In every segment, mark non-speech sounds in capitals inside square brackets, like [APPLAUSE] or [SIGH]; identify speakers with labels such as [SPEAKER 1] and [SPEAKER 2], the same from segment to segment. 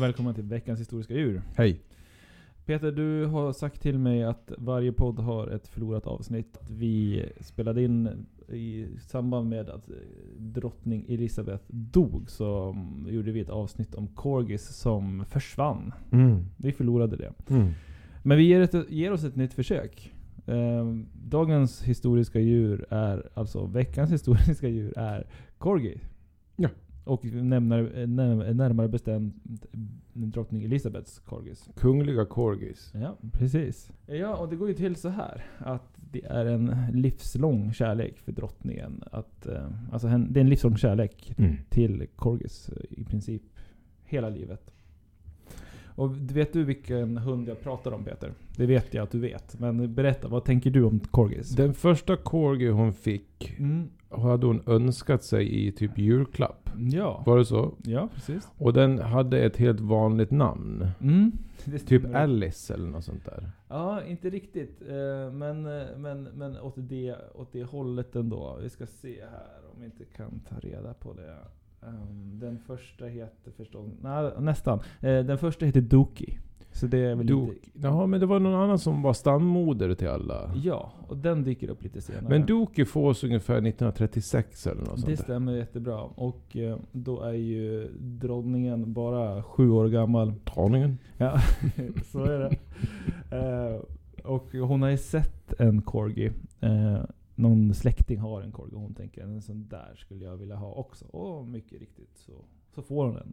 [SPEAKER 1] välkomna till veckans historiska djur.
[SPEAKER 2] Hej.
[SPEAKER 1] Peter, du har sagt till mig att varje podd har ett förlorat avsnitt. Vi spelade in i samband med att eh, drottning Elisabeth dog, så mm, gjorde vi ett avsnitt om corgis som försvann.
[SPEAKER 2] Mm.
[SPEAKER 1] Vi förlorade det.
[SPEAKER 2] Mm.
[SPEAKER 1] Men vi ger, ett, ger oss ett nytt försök. Ehm, dagens historiska djur är, alltså veckans [LAUGHS] historiska djur är corgi.
[SPEAKER 2] Ja.
[SPEAKER 1] Och nämnare, näm- närmare bestämt drottning Elisabeths corgis.
[SPEAKER 2] Kungliga corgis.
[SPEAKER 1] Ja, precis. Ja, och det går ju till så här att det är en livslång kärlek för drottningen. Att, eh, alltså hen, det är en livslång kärlek
[SPEAKER 2] Mm.
[SPEAKER 1] till corgis eh, i princip hela livet. Och d- vet du vilken hund jag pratar om Peter? Det vet jag att du vet. Men berätta, vad tänker du om corgis?
[SPEAKER 2] Den första corgi hon fick
[SPEAKER 1] Mm,
[SPEAKER 2] hade hon önskat sig i typ julklapp.
[SPEAKER 1] ja.
[SPEAKER 2] Var det så?
[SPEAKER 1] ja, precis.
[SPEAKER 2] Och den hade ett helt vanligt namn.
[SPEAKER 1] Mm. det
[SPEAKER 2] Typ
[SPEAKER 1] stämmer.
[SPEAKER 2] Alice eller något sånt där.
[SPEAKER 1] Ja, inte riktigt. eh, Men, eh, men, men åt, det, åt det hållet ändå. Vi ska se här om vi inte kan ta reda på det. Ehm, Den första heter förstås... Nej, nästan. Eh, Den första heter Doki. Så det är väl lite...
[SPEAKER 2] Doki. Jaha, men det var någon annan som var stammoder till alla.
[SPEAKER 1] Ja, och den dyker upp lite senare.
[SPEAKER 2] Men Doki fås ungefär 1936 eller något
[SPEAKER 1] det
[SPEAKER 2] sånt där.
[SPEAKER 1] stämmer jättebra. Och eh, då är ju drottningen bara sju år gammal.
[SPEAKER 2] Drottningen.
[SPEAKER 1] Ja, [LAUGHS] så är det. Eh, och hon har ju sett en corgi. Eh, någon släkting har en corgi och hon tänker en sån där skulle jag vilja ha också. Och mycket riktigt så, så får hon den.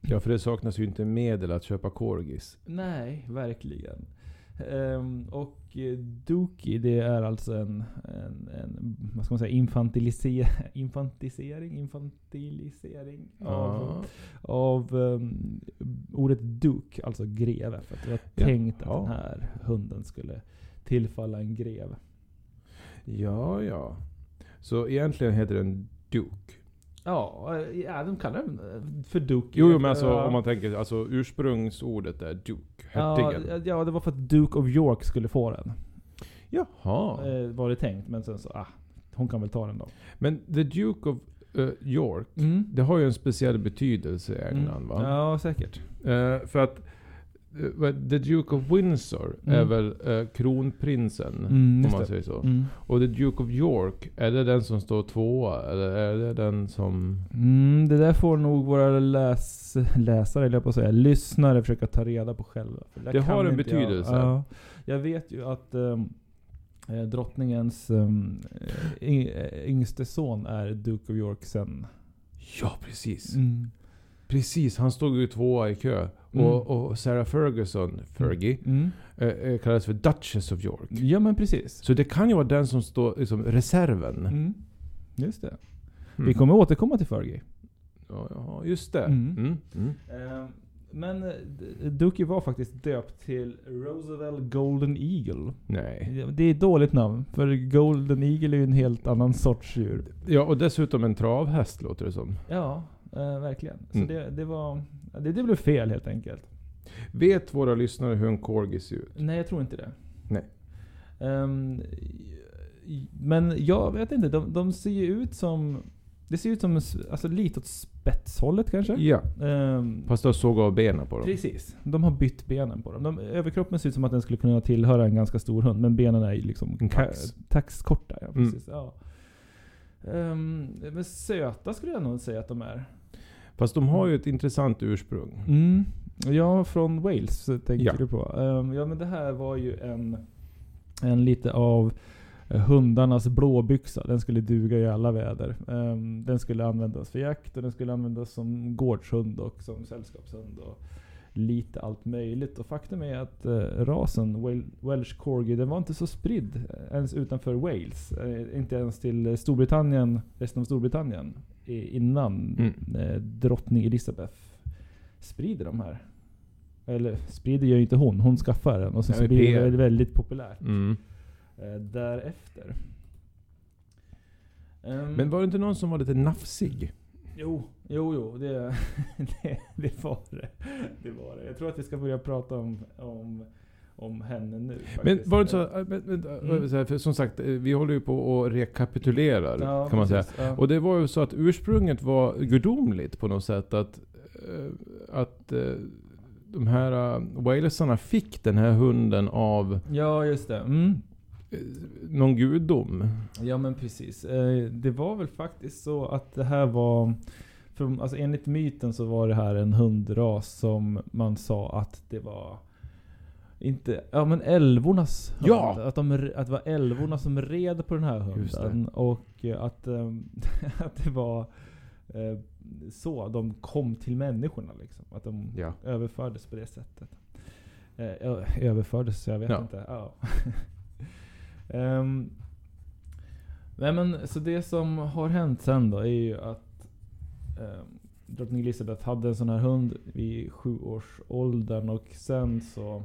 [SPEAKER 2] Ja, för det saknas ju inte medel att köpa corgis.
[SPEAKER 1] Nej, verkligen. Ehm, och eh, Doki, det är alltså en, en, en vad ska man säga, infantilise, infantisering, infantilisering av, av ehm, ordet duk, alltså greve. För att det var
[SPEAKER 2] Ja.
[SPEAKER 1] tänkt att
[SPEAKER 2] Ja.
[SPEAKER 1] den här hunden skulle tillfalla en greve.
[SPEAKER 2] Ja, ja. Så egentligen heter den Duke.
[SPEAKER 1] Ja, eh, ja, de kallar den eh, för Duke.
[SPEAKER 2] Jo, jo men alltså
[SPEAKER 1] Ja.
[SPEAKER 2] om man tänker, alltså ursprungsordet är Duke,
[SPEAKER 1] ja,
[SPEAKER 2] hertigen.
[SPEAKER 1] ja, det var för att Duke of York skulle få den.
[SPEAKER 2] Jaha.
[SPEAKER 1] Eh, var det tänkt, men sen så, ah, hon kan väl ta den då.
[SPEAKER 2] Men the Duke of eh, York, det har ju en speciell betydelse i England
[SPEAKER 1] Mm.
[SPEAKER 2] va?
[SPEAKER 1] Ja, säkert.
[SPEAKER 2] Eh, för att eh, vad- the Duke of Windsor
[SPEAKER 1] Mm.
[SPEAKER 2] är väl eh, kronprinsen,
[SPEAKER 1] Mm,
[SPEAKER 2] om
[SPEAKER 1] just
[SPEAKER 2] man
[SPEAKER 1] det.
[SPEAKER 2] säger så.
[SPEAKER 1] Mm.
[SPEAKER 2] Och the Duke of York, är det den som står tvåa? Eller är det den som...
[SPEAKER 1] Mm, det där får nog våra läs läsare, eller jag på att säga, lyssnare försöka ta reda på själva. För där
[SPEAKER 2] Det har
[SPEAKER 1] kan
[SPEAKER 2] en
[SPEAKER 1] inte jag-
[SPEAKER 2] betydelse.
[SPEAKER 1] Ja, jag vet ju att ehm, eh, drottningens ehm, eh, yng- eh, yngste son är Duke of York sen.
[SPEAKER 2] Ja, precis. Precis, han stod ju tvåa i kö.
[SPEAKER 1] Mm.
[SPEAKER 2] Och, och Sarah Ferguson, Fergie,
[SPEAKER 1] Mm.
[SPEAKER 2] eh, eh, kallas för Duchess of York.
[SPEAKER 1] Ja men precis.
[SPEAKER 2] Så det kan ju vara den som står liksom reserven.
[SPEAKER 1] Mm. Just det.
[SPEAKER 2] Mm.
[SPEAKER 1] Vi kommer återkomma till Fergie.
[SPEAKER 2] Ja, ja, just det.
[SPEAKER 1] Mm.
[SPEAKER 2] Mm. Mm.
[SPEAKER 1] Ehm, men eh, D- Ducky var faktiskt döpt till Roosevelt Golden Eagle.
[SPEAKER 2] Nej.
[SPEAKER 1] Det är ett dåligt namn, för Golden Eagle är ju en helt annan sorts djur.
[SPEAKER 2] Ja, och dessutom en travhäst låter det som.
[SPEAKER 1] Ja, eh, verkligen. Så
[SPEAKER 2] Mm.
[SPEAKER 1] det, det var... Det, det blev fel helt enkelt.
[SPEAKER 2] Vet våra lyssnare hur en corgi ser ut?
[SPEAKER 1] Nej, jag tror inte det.
[SPEAKER 2] Nej.
[SPEAKER 1] Ehm, i- men jag vet inte, de, de ser ju ut som... Det ser ut som en s- alltså, lite åt spetshållet kanske?
[SPEAKER 2] Ja,
[SPEAKER 1] Ehm,
[SPEAKER 2] fast jag såg av benen på dem.
[SPEAKER 1] precis. De har bytt benen på dem. De, överkroppen ser ut som att den skulle kunna tillhöra en ganska stor hund, men benen är ju liksom
[SPEAKER 2] En
[SPEAKER 1] ka-
[SPEAKER 2] tax.
[SPEAKER 1] taxkorta. Ja,
[SPEAKER 2] Mm.
[SPEAKER 1] precis. Ja. Ehm, men söta skulle jag nog säga att de är.
[SPEAKER 2] Fast de har ju ett intressant ursprung.
[SPEAKER 1] Mm. Ja, från Wales så tänker
[SPEAKER 2] Ja.
[SPEAKER 1] du på. Ehm, ja, men det här var ju en, en lite av eh, hundarnas blåbyxa. Den skulle duga i alla väder. Ehm, den skulle användas för jakt och den skulle användas som gårdshund och som sällskapshund. Och lite allt möjligt. Och faktum är att eh, rasen Wel- Welsh Corgi, den var inte så spridd eh, ens utanför Wales. Eh, inte ens till eh, Storbritannien, resten av Storbritannien. i- Innan
[SPEAKER 2] Mm.
[SPEAKER 1] eh, drottning Elisabeth sprider de här. Eller sprider gör ju inte hon, hon skaffar den och sen
[SPEAKER 2] Ja,
[SPEAKER 1] så
[SPEAKER 2] det
[SPEAKER 1] blir det
[SPEAKER 2] är-
[SPEAKER 1] väldigt, väldigt populärt
[SPEAKER 2] Mm.
[SPEAKER 1] eh, därefter. Ehm,
[SPEAKER 2] Men var det inte någon som var lite nafsig?
[SPEAKER 1] Jo, jo, jo. Det, [LAUGHS] det, det, var det. det var det. Jag tror att vi ska börja prata om, om, om henne nu.
[SPEAKER 2] Men
[SPEAKER 1] faktiskt.
[SPEAKER 2] var det inte så, äh, men, men, äh,
[SPEAKER 1] Mm.
[SPEAKER 2] så här, för som sagt, eh, vi håller ju på och rekapitulerar
[SPEAKER 1] Ja,
[SPEAKER 2] kan man säga.
[SPEAKER 1] precis. Ja.
[SPEAKER 2] Och det var ju så att ursprunget var gudomligt på något sätt. Att eh, att eh, de här eh, walesarna fick den här hunden av
[SPEAKER 1] Ja, just det. Mm.
[SPEAKER 2] eh, någon gudom.
[SPEAKER 1] Ja men precis. Eh, Det var väl faktiskt så att det här var... För, alltså, enligt myten så var det här en hundras som man sa att det var... Inte, ja men älvornas hund.
[SPEAKER 2] Ja!
[SPEAKER 1] Att, de, re- att det var älvorna som red på den här
[SPEAKER 2] Just det.
[SPEAKER 1] hunden. Och eh, att, eh, [LAUGHS] att det var eh, så de kom till människorna. Liksom. Att de
[SPEAKER 2] Ja.
[SPEAKER 1] överfördes på det sättet. Eh, ö- överfördes, jag vet
[SPEAKER 2] Ja.
[SPEAKER 1] inte. Ja. [LAUGHS] Ehm, nej men, så det som har hänt sen då är ju att um, drottning Elizabeth hade en sån här hund vid sjuårsåldern och sen så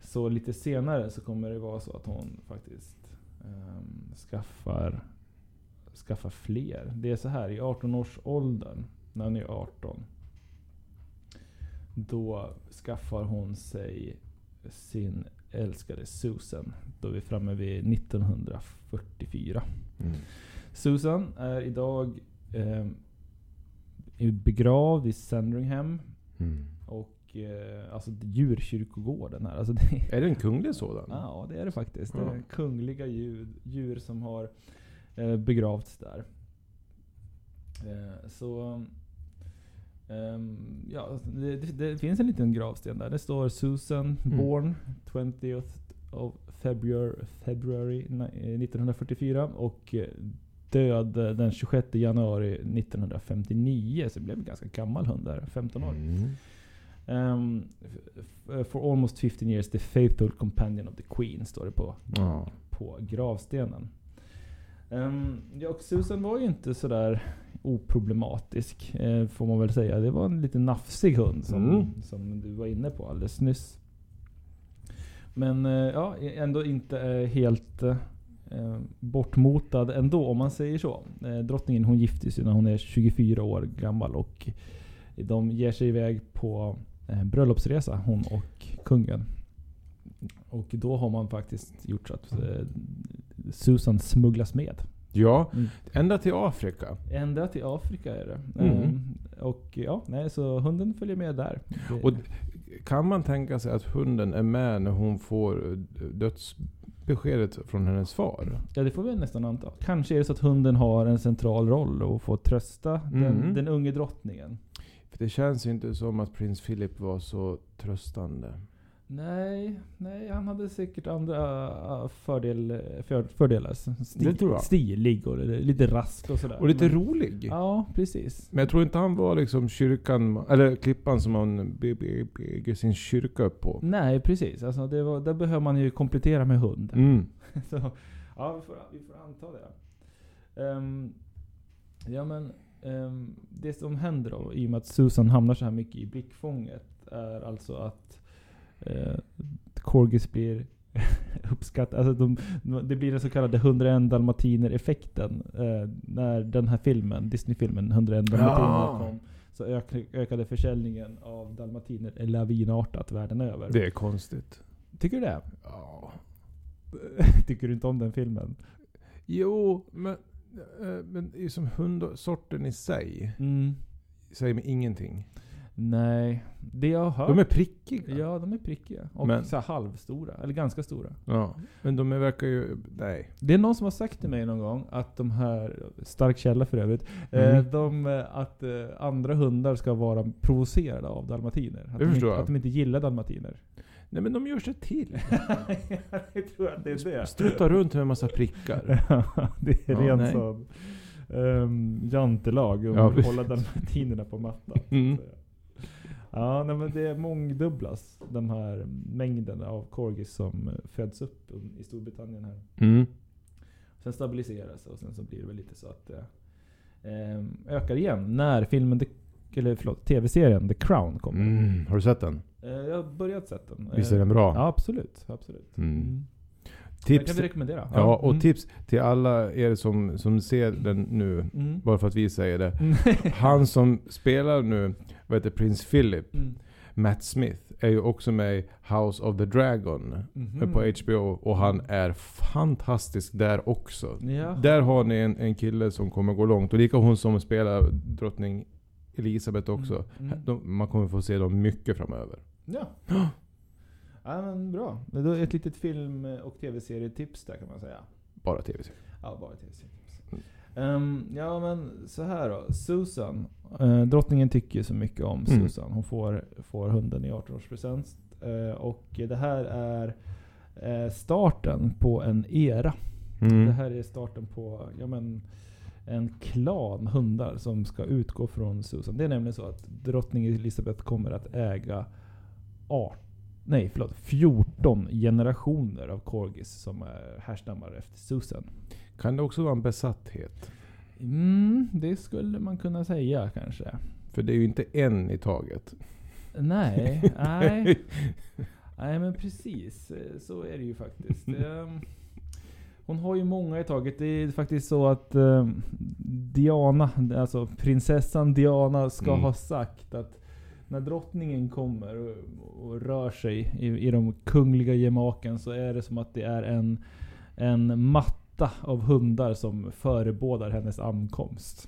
[SPEAKER 1] så lite senare så kommer det vara så att hon faktiskt ehm, skaffar, skaffar fler. Det är så här, i 18-årsåldern, när hon är 18, då skaffar hon sig sin älskade Susan. Då är vi framme vid 1944.
[SPEAKER 2] Mm.
[SPEAKER 1] Susan är idag eh, är begravd i Sandringham.
[SPEAKER 2] Mm.
[SPEAKER 1] Och eh, alltså djurkyrkogården här. Alltså det är,
[SPEAKER 2] Är det en kunglig sådan?
[SPEAKER 1] ja, det är det faktiskt. Det
[SPEAKER 2] Ja.
[SPEAKER 1] är kungliga djur, djur som har eh, begravts där. Eh, så ehm, ja, det, det, det finns en liten gravsten där. Det står Susan
[SPEAKER 2] Mm.
[SPEAKER 1] Born 20th of February, February ni- eh, 1944 och eh, död eh, den 26 januari 1959. Så det blev en ganska gammal hund där, 15 år.
[SPEAKER 2] Mm.
[SPEAKER 1] Um, for almost 15 years the faithful companion of the Queen, står det på,
[SPEAKER 2] Ja.
[SPEAKER 1] på gravstenen. Ehm, ja, och Susan var ju inte sådär oproblematisk, eh, får man väl säga. Det var en lite nafsig hund som,
[SPEAKER 2] Mm.
[SPEAKER 1] som du var inne på alldeles nyss. Men eh, ja, ändå inte eh, helt eh, eh, bortmotad ändå, om man säger så. Eh, drottningen hon gifter sig när hon är 24 år gammal och de ger sig iväg på eh, bröllopsresa, hon och kungen. Och då har man faktiskt gjort så att eh, Susan smugglas med.
[SPEAKER 2] ja,
[SPEAKER 1] Mm.
[SPEAKER 2] ända till Afrika.
[SPEAKER 1] Ända till Afrika är det.
[SPEAKER 2] Mm.
[SPEAKER 1] Ehm, och ja, nej, så hunden följer med där. Det,
[SPEAKER 2] Och- Kan man tänka sig att hunden är med när hon får eh, dödsbeskedet från hennes far?
[SPEAKER 1] ja, det får vi nästan anta. Kanske är det så att hunden har en central roll och får trösta
[SPEAKER 2] Mm.
[SPEAKER 1] den, den unge drottningen.
[SPEAKER 2] För det känns ju inte som att prins Philip var så tröstande.
[SPEAKER 1] Nej, nej, han hade säkert andra äh, fördel, för, fördelar. Stil,
[SPEAKER 2] Det tror jag.
[SPEAKER 1] Stilig och lite rask och sådär.
[SPEAKER 2] Och lite
[SPEAKER 1] Men-
[SPEAKER 2] rolig.
[SPEAKER 1] Ja, precis.
[SPEAKER 2] Men jag tror inte han var liksom kyrkan, eller klippan som han bygger bygger sin kyrka upp på.
[SPEAKER 1] Nej, precis. Alltså, det var, där behöver man ju komplettera med hund.
[SPEAKER 2] Mm.
[SPEAKER 1] [LAUGHS] Så, ja, vi får, vi får anta det. Ehm, ja, men, ehm, det som händer då, i och med att Susan hamnar så här mycket i blickfånget, är alltså att uh, Corgis blir [LAUGHS] uppskattad. Alltså de, det blir den så kallade 101 dalmatiner-effekten. Eh, när den här filmen, Disney-filmen 101 dalmatiner
[SPEAKER 2] Ja.
[SPEAKER 1] kom, så ök, ökade försäljningen av dalmatiner lavinartat världen över.
[SPEAKER 2] Det är konstigt.
[SPEAKER 1] Tycker du det? [LAUGHS]
[SPEAKER 2] Ja.
[SPEAKER 1] Tycker du inte om den filmen?
[SPEAKER 2] Jo, men, eh, men det är ju som hundsorten i sig säger mig ingenting.
[SPEAKER 1] Nej, det jag har
[SPEAKER 2] De är
[SPEAKER 1] hört...
[SPEAKER 2] prickiga.
[SPEAKER 1] ja, de är prickiga. Och
[SPEAKER 2] Men-
[SPEAKER 1] så här halvstora, eller ganska stora.
[SPEAKER 2] Ja. Men de är- verkar ju... Nej.
[SPEAKER 1] Det är någon som har sagt till mig någon gång att de här, stark källa för övrigt,
[SPEAKER 2] Mm.
[SPEAKER 1] eh, de, eh, att eh, andra hundar ska vara provocerade av dalmatiner. Att,
[SPEAKER 2] Det
[SPEAKER 1] de,
[SPEAKER 2] förstår
[SPEAKER 1] inte,
[SPEAKER 2] jag.
[SPEAKER 1] att de inte gillar
[SPEAKER 2] [LAUGHS]
[SPEAKER 1] dalmatiner.
[SPEAKER 2] Nej men de gör sig till.
[SPEAKER 1] jag tror att det är det.
[SPEAKER 2] Struttar runt med en massa prickar.
[SPEAKER 1] [LAUGHS] det är
[SPEAKER 2] Ja,
[SPEAKER 1] rent
[SPEAKER 2] nej.
[SPEAKER 1] sån ehm, jantelag och
[SPEAKER 2] Ja, precis.
[SPEAKER 1] hålla dalmatinerna på mattan.
[SPEAKER 2] Mm.
[SPEAKER 1] Ja, nej, men det mångdubblas den här mängden av corgis som eh, föds upp i Storbritannien här.
[SPEAKER 2] Mm.
[SPEAKER 1] Sen stabiliseras det och sen så blir det väl lite så att det ehm, ökar igen när filmen, The- eller förlåt, tv-serien The Crown kommer.
[SPEAKER 2] Mm. Har du sett den?
[SPEAKER 1] Eh, jag har börjat sett den.
[SPEAKER 2] Visst är
[SPEAKER 1] Eh,
[SPEAKER 2] den bra?
[SPEAKER 1] Ja, absolut. absolut.
[SPEAKER 2] Mm.
[SPEAKER 1] Den kan
[SPEAKER 2] Tips,
[SPEAKER 1] vi rekommendera.
[SPEAKER 2] ja, och
[SPEAKER 1] Mm.
[SPEAKER 2] tips till alla er som, som ser den nu.
[SPEAKER 1] Mm.
[SPEAKER 2] Bara för att vi säger det. Han som spelar nu, vad heter prins Philip,
[SPEAKER 1] Mm.
[SPEAKER 2] Matt Smith, är ju också med i House of the Dragon eh,
[SPEAKER 1] Mhm.
[SPEAKER 2] på HBO. Och han är fantastisk där också.
[SPEAKER 1] Ja.
[SPEAKER 2] Där har ni en, en kille som kommer gå långt. Och lika hon som spelar drottning Elisabeth också.
[SPEAKER 1] Mm.
[SPEAKER 2] De, man kommer få se dem mycket framöver. [GASPS]
[SPEAKER 1] Ja. ja men bra. Det är då ett litet film och tv-serietips där kan man säga.
[SPEAKER 2] Bara tv-serier.
[SPEAKER 1] Ja, bara tv-serietips. Ehm, ja men så här då. Susan. Eh, drottningen tycker ju så mycket om
[SPEAKER 2] Mm.
[SPEAKER 1] Susan. Hon får, får hunden i 18-årspresent. Eh, och det här är eh, starten på en era. Det här är starten på ja, men, en klan hundar som ska utgå från Susan. Det är nämligen så att drottning Elizabeth kommer att äga art, nej, förlåt, 14 generationer av corgis som är, härstammar efter Susan.
[SPEAKER 2] Kan det också vara en besatthet?
[SPEAKER 1] Mm, det skulle man kunna säga kanske.
[SPEAKER 2] För det är ju inte en i taget. [LAUGHS]
[SPEAKER 1] Nej, nej. Nej men precis, Eh, så är det ju
[SPEAKER 2] [LAUGHS]
[SPEAKER 1] faktiskt. Ehm, Hon har ju många i taget. Det är faktiskt så att ehm, Diana, alltså prinsessan Diana, ska
[SPEAKER 2] Mm.
[SPEAKER 1] ha sagt att när drottningen kommer och, och rör sig i, i de kungliga gemaken så är det som att det är en, en matta av hundar som förebådar hennes ankomst.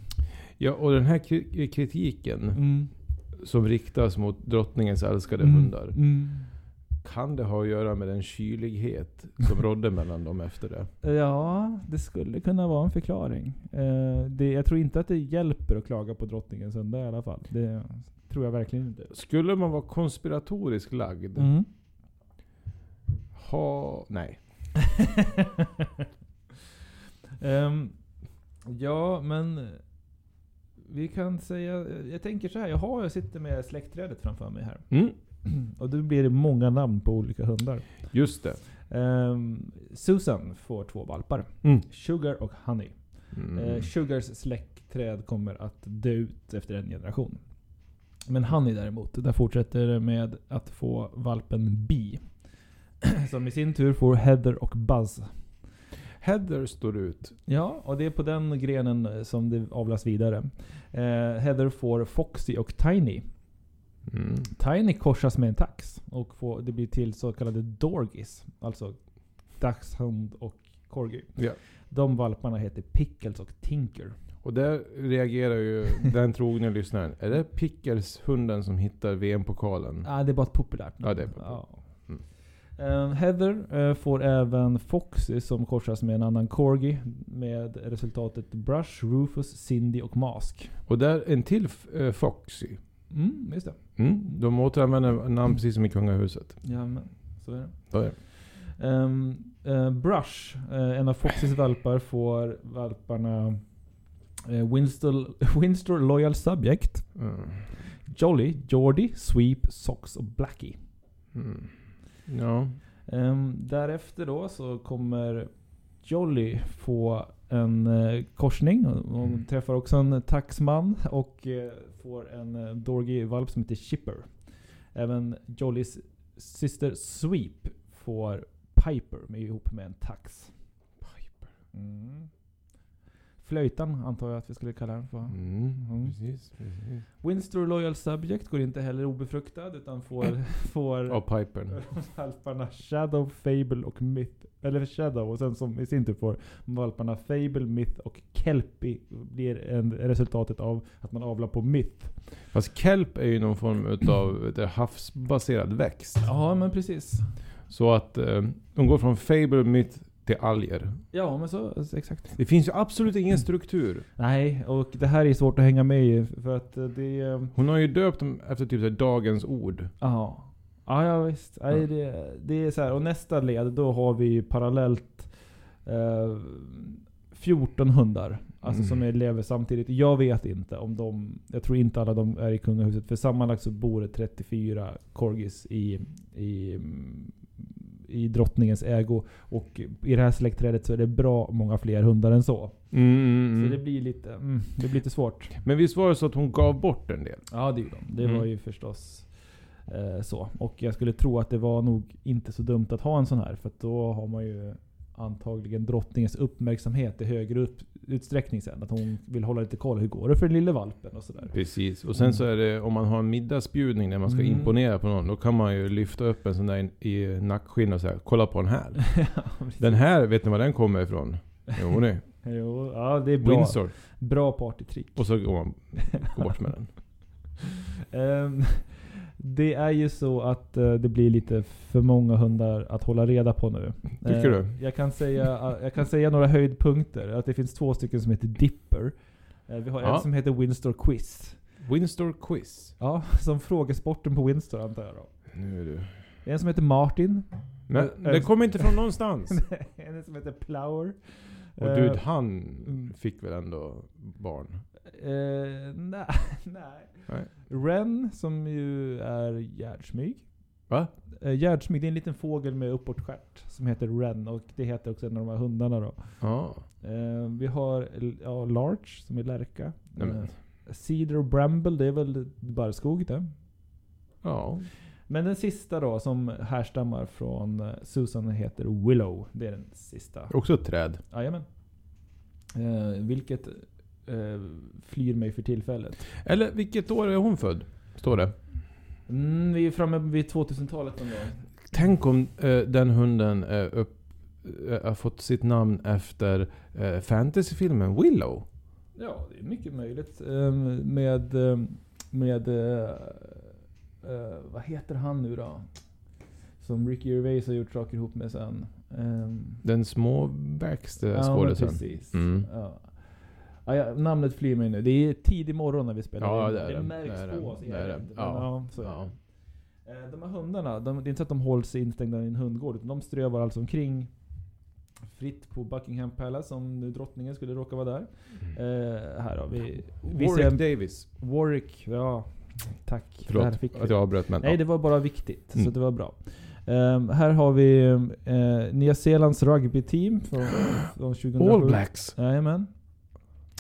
[SPEAKER 2] Ja, och den här kri- kritiken
[SPEAKER 1] Mm.
[SPEAKER 2] som riktas mot drottningens älskade hundar.
[SPEAKER 1] Mm.
[SPEAKER 2] Kan det ha att göra med den kylighet
[SPEAKER 1] [LAUGHS]
[SPEAKER 2] som rådde mellan dem efter det?
[SPEAKER 1] Ja, det skulle kunna vara en förklaring. Eh, det, jag tror inte att det hjälper att klaga på drottningens hundar i alla fall. Det tror jag verkligen inte.
[SPEAKER 2] Skulle man vara konspiratoriskt lagd?
[SPEAKER 1] Mm.
[SPEAKER 2] Ha... Nej.
[SPEAKER 1] [LAUGHS] Ehm, ja, men vi kan säga... Jag tänker så här, jag, har, jag sitter med släktträdet framför mig här.
[SPEAKER 2] Mm,
[SPEAKER 1] Och då blir det många namn på olika hundar.
[SPEAKER 2] just det.
[SPEAKER 1] Ehm, Susan får två valpar.
[SPEAKER 2] Mm.
[SPEAKER 1] Sugar och Honey. Eh,
[SPEAKER 2] Mm.
[SPEAKER 1] Sugars släktträd kommer att dö ut efter en generation. Men Honey däremot, där fortsätter det med att få valpen Bee. [CLEARS THROAT] Som i sin tur får Heather och Buzz.
[SPEAKER 2] Heather står ut.
[SPEAKER 1] Ja, och det är på den grenen eh, som det avlas vidare. Eh, Heather får Foxy och Tiny.
[SPEAKER 2] Mm.
[SPEAKER 1] Tiny korsas med en tax och får, det blir till så kallade dorgis. Alltså dachshund och corgi.
[SPEAKER 2] Ja.
[SPEAKER 1] De valparna heter Pickles och Tinker.
[SPEAKER 2] Och där reagerar ju den trogna lyssnaren. Är det Pickers hunden som hittar VM-pokalen?
[SPEAKER 1] Ja, det är bara ett populärt namn.
[SPEAKER 2] Mm. Ja, det är populärt.
[SPEAKER 1] Ja.
[SPEAKER 2] Mm.
[SPEAKER 1] Eh, Heather eh, får även Foxy som korsas med en annan corgi. Med resultatet Brush, Rufus, Cindy och Mask.
[SPEAKER 2] Och där en till f- eh, Foxy.
[SPEAKER 1] Mm, just det.
[SPEAKER 2] Mm. De återanvänder namn precis som i kungahuset.
[SPEAKER 1] Ja, men, så är det.
[SPEAKER 2] Där är det.
[SPEAKER 1] Ehm, eh, Brush, eh, en av Foxys valpar, får valparna eh, Winston, [LAUGHS] Winston Loyal Subject,
[SPEAKER 2] Mm.
[SPEAKER 1] Jolly, Jordy, Sweep, Socks och Blackie.
[SPEAKER 2] Mm. Ja.
[SPEAKER 1] Ehm, därefter då så kommer Jolly få en eh, korsning. Hon
[SPEAKER 2] Mm.
[SPEAKER 1] träffar också en eh, taxman och eh, får en eh, dorgy-valp som heter Chipper. Även Jollys syster Sweep får Piper med, ihop med en tax.
[SPEAKER 2] Piper.
[SPEAKER 1] Mm. Flöjtan antar jag att vi skulle kalla den för.
[SPEAKER 2] Mm.
[SPEAKER 1] Mm.
[SPEAKER 2] Precis, precis.
[SPEAKER 1] Winstor Loyal Subject går inte heller obefruktad utan
[SPEAKER 2] [CLEARS THROAT]
[SPEAKER 1] får, får
[SPEAKER 2] Ja, Pipern.
[SPEAKER 1] [LAUGHS] valparna Shadow, Fable och Myth. Eller Shadow och sen som i sin tur får valparna Fable, Myth och Kelpie. Blir en, resultatet av att man avlar på Myth.
[SPEAKER 2] Fast kelp är ju någon form utav det är havsbaserad växt.
[SPEAKER 1] Ja men precis.
[SPEAKER 2] Så att eh, de går från fable myth till alger.
[SPEAKER 1] Ja men så exakt.
[SPEAKER 2] Det finns ju absolut ingen struktur.
[SPEAKER 1] Nej och det här är svårt att hänga med i för att eh, det är...
[SPEAKER 2] Hon har ju döpt dem efter typ så här dagens ord.
[SPEAKER 1] Ja. Ja, ja visst. Nej, det, det är så här. Och nästa led, då har vi parallellt eh, 14 hundar. Alltså
[SPEAKER 2] Mm.
[SPEAKER 1] som är- lever samtidigt. Jag vet inte om de... Jag tror inte alla de är i kungahuset. För sammanlagt så bor det 34 corgis i, i, i drottningens ägo. Och i det här släktträdet så är det bra många fler hundar än så.
[SPEAKER 2] Mm,
[SPEAKER 1] Så det blir lite, mm, det blir lite svårt.
[SPEAKER 2] Men visst var det så att hon gav bort en del?
[SPEAKER 1] Ja, det gjorde de. Det
[SPEAKER 2] Mm.
[SPEAKER 1] var ju förstås eh, så. Och jag skulle tro att det var nog inte så dumt att ha en sån här. För att då har man ju antagligen drottningens uppmärksamhet i högre upp, utsträckning sen. Att hon vill hålla lite koll. Hur går det för den lille valpen och
[SPEAKER 2] [LAUGHS]
[SPEAKER 1] sådär.
[SPEAKER 2] Precis. Och sen så är det om man har en middagsbjudning där man ska
[SPEAKER 1] Mm.
[SPEAKER 2] imponera på någon. Då kan man ju lyfta upp en sån där i, i nackskinnet och säga Kolla på den här. Den här, vet ni var den kommer ifrån? Jo ni.
[SPEAKER 1] Jo, ja det är bra.
[SPEAKER 2] Windsor.
[SPEAKER 1] Bra partytrick. [LAUGHS]
[SPEAKER 2] Och så går man går bort med den.
[SPEAKER 1] Ehm, [LAUGHS] det är ju så att eh, det blir lite för många hundar att hålla reda på nu.
[SPEAKER 2] Tycker
[SPEAKER 1] Eh, Jag kan, säga, eh, jag kan säga några höjdpunkter. Att det finns två stycken som heter Dipper. Eh, Vi har
[SPEAKER 2] Ja.
[SPEAKER 1] en som heter Winstore Quiz.
[SPEAKER 2] Winstore Quiz.
[SPEAKER 1] Ja, [LAUGHS] som frågesporten på Winstore antar jag då.
[SPEAKER 2] Nu är du...
[SPEAKER 1] En som heter Martin. [LAUGHS]
[SPEAKER 2] Nej,
[SPEAKER 1] Eh,
[SPEAKER 2] det kommer inte från [LAUGHS] någonstans.
[SPEAKER 1] en som heter Plower.
[SPEAKER 2] Och
[SPEAKER 1] Eh,
[SPEAKER 2] du, han
[SPEAKER 1] mm.
[SPEAKER 2] fick väl ändå barn?
[SPEAKER 1] eh, nej, [LAUGHS] nej.
[SPEAKER 2] Nej.
[SPEAKER 1] Ren, som ju är gärdsmyg.
[SPEAKER 2] Va?
[SPEAKER 1] Eh, Gärdsmyg, det är en liten fågel med uppåtstjärt som heter Ren och det heter också en av de här hundarna då.
[SPEAKER 2] Ja.
[SPEAKER 1] Eh, vi har ja, Larch som är lärka.
[SPEAKER 2] Nej, men.
[SPEAKER 1] Eh, Cedar och Bramble, det är väl barrskog det.
[SPEAKER 2] Ja.
[SPEAKER 1] Men den sista då som härstammar från eh, Susan heter Willow. Det är den sista.
[SPEAKER 2] Också ett träd.
[SPEAKER 1] Jajamän. Eh, vilket eh, flyr mig för tillfället.
[SPEAKER 2] Eller vilket år är hon född? Står det.
[SPEAKER 1] Mm, vi är framme vid 2000-talet någon gång.
[SPEAKER 2] Tänk om eh, den hunden eh, upp, eh, har fått sitt namn efter eh, fantasyfilmen Willow.
[SPEAKER 1] Ja, det är mycket möjligt. Ehm, Med... ehm, med eh, eh, vad heter han nu då? Som Ricky Gervais har gjort saker ihop med sen. Ehm,
[SPEAKER 2] Den småväxte
[SPEAKER 1] ja, men
[SPEAKER 2] skådisen.
[SPEAKER 1] precis.
[SPEAKER 2] Mm.
[SPEAKER 1] Ja. Ja, ja, namnet flyr mig nu. Det är tidig morgon när vi spelar
[SPEAKER 2] Ja,
[SPEAKER 1] in.
[SPEAKER 2] det är det.
[SPEAKER 1] märks
[SPEAKER 2] Det är det.
[SPEAKER 1] på oss. är
[SPEAKER 2] Det är det.
[SPEAKER 1] Men,
[SPEAKER 2] Ja.
[SPEAKER 1] ja, så är det.
[SPEAKER 2] Ja.
[SPEAKER 1] Eh, De här hundarna, de, det är inte så att de hålls instängda i en hundgård. Utan de strövar alltså omkring fritt på Buckingham Palace om nu drottningen skulle råka vara där. Eh, här har vi... vi
[SPEAKER 2] Mm. Warwick
[SPEAKER 1] ser-
[SPEAKER 2] Davis.
[SPEAKER 1] Warwick, ja. Tack. Där
[SPEAKER 2] Förlåt
[SPEAKER 1] fick
[SPEAKER 2] att
[SPEAKER 1] vi.
[SPEAKER 2] jag avbröt men...
[SPEAKER 1] Nej,
[SPEAKER 2] ja.
[SPEAKER 1] det var bara viktigt. Så
[SPEAKER 2] Mm.
[SPEAKER 1] det var bra. Ehm, här har vi eh, Nya Zeelands rugbyteam från, från 2007.
[SPEAKER 2] All Blacks.
[SPEAKER 1] Jajamän.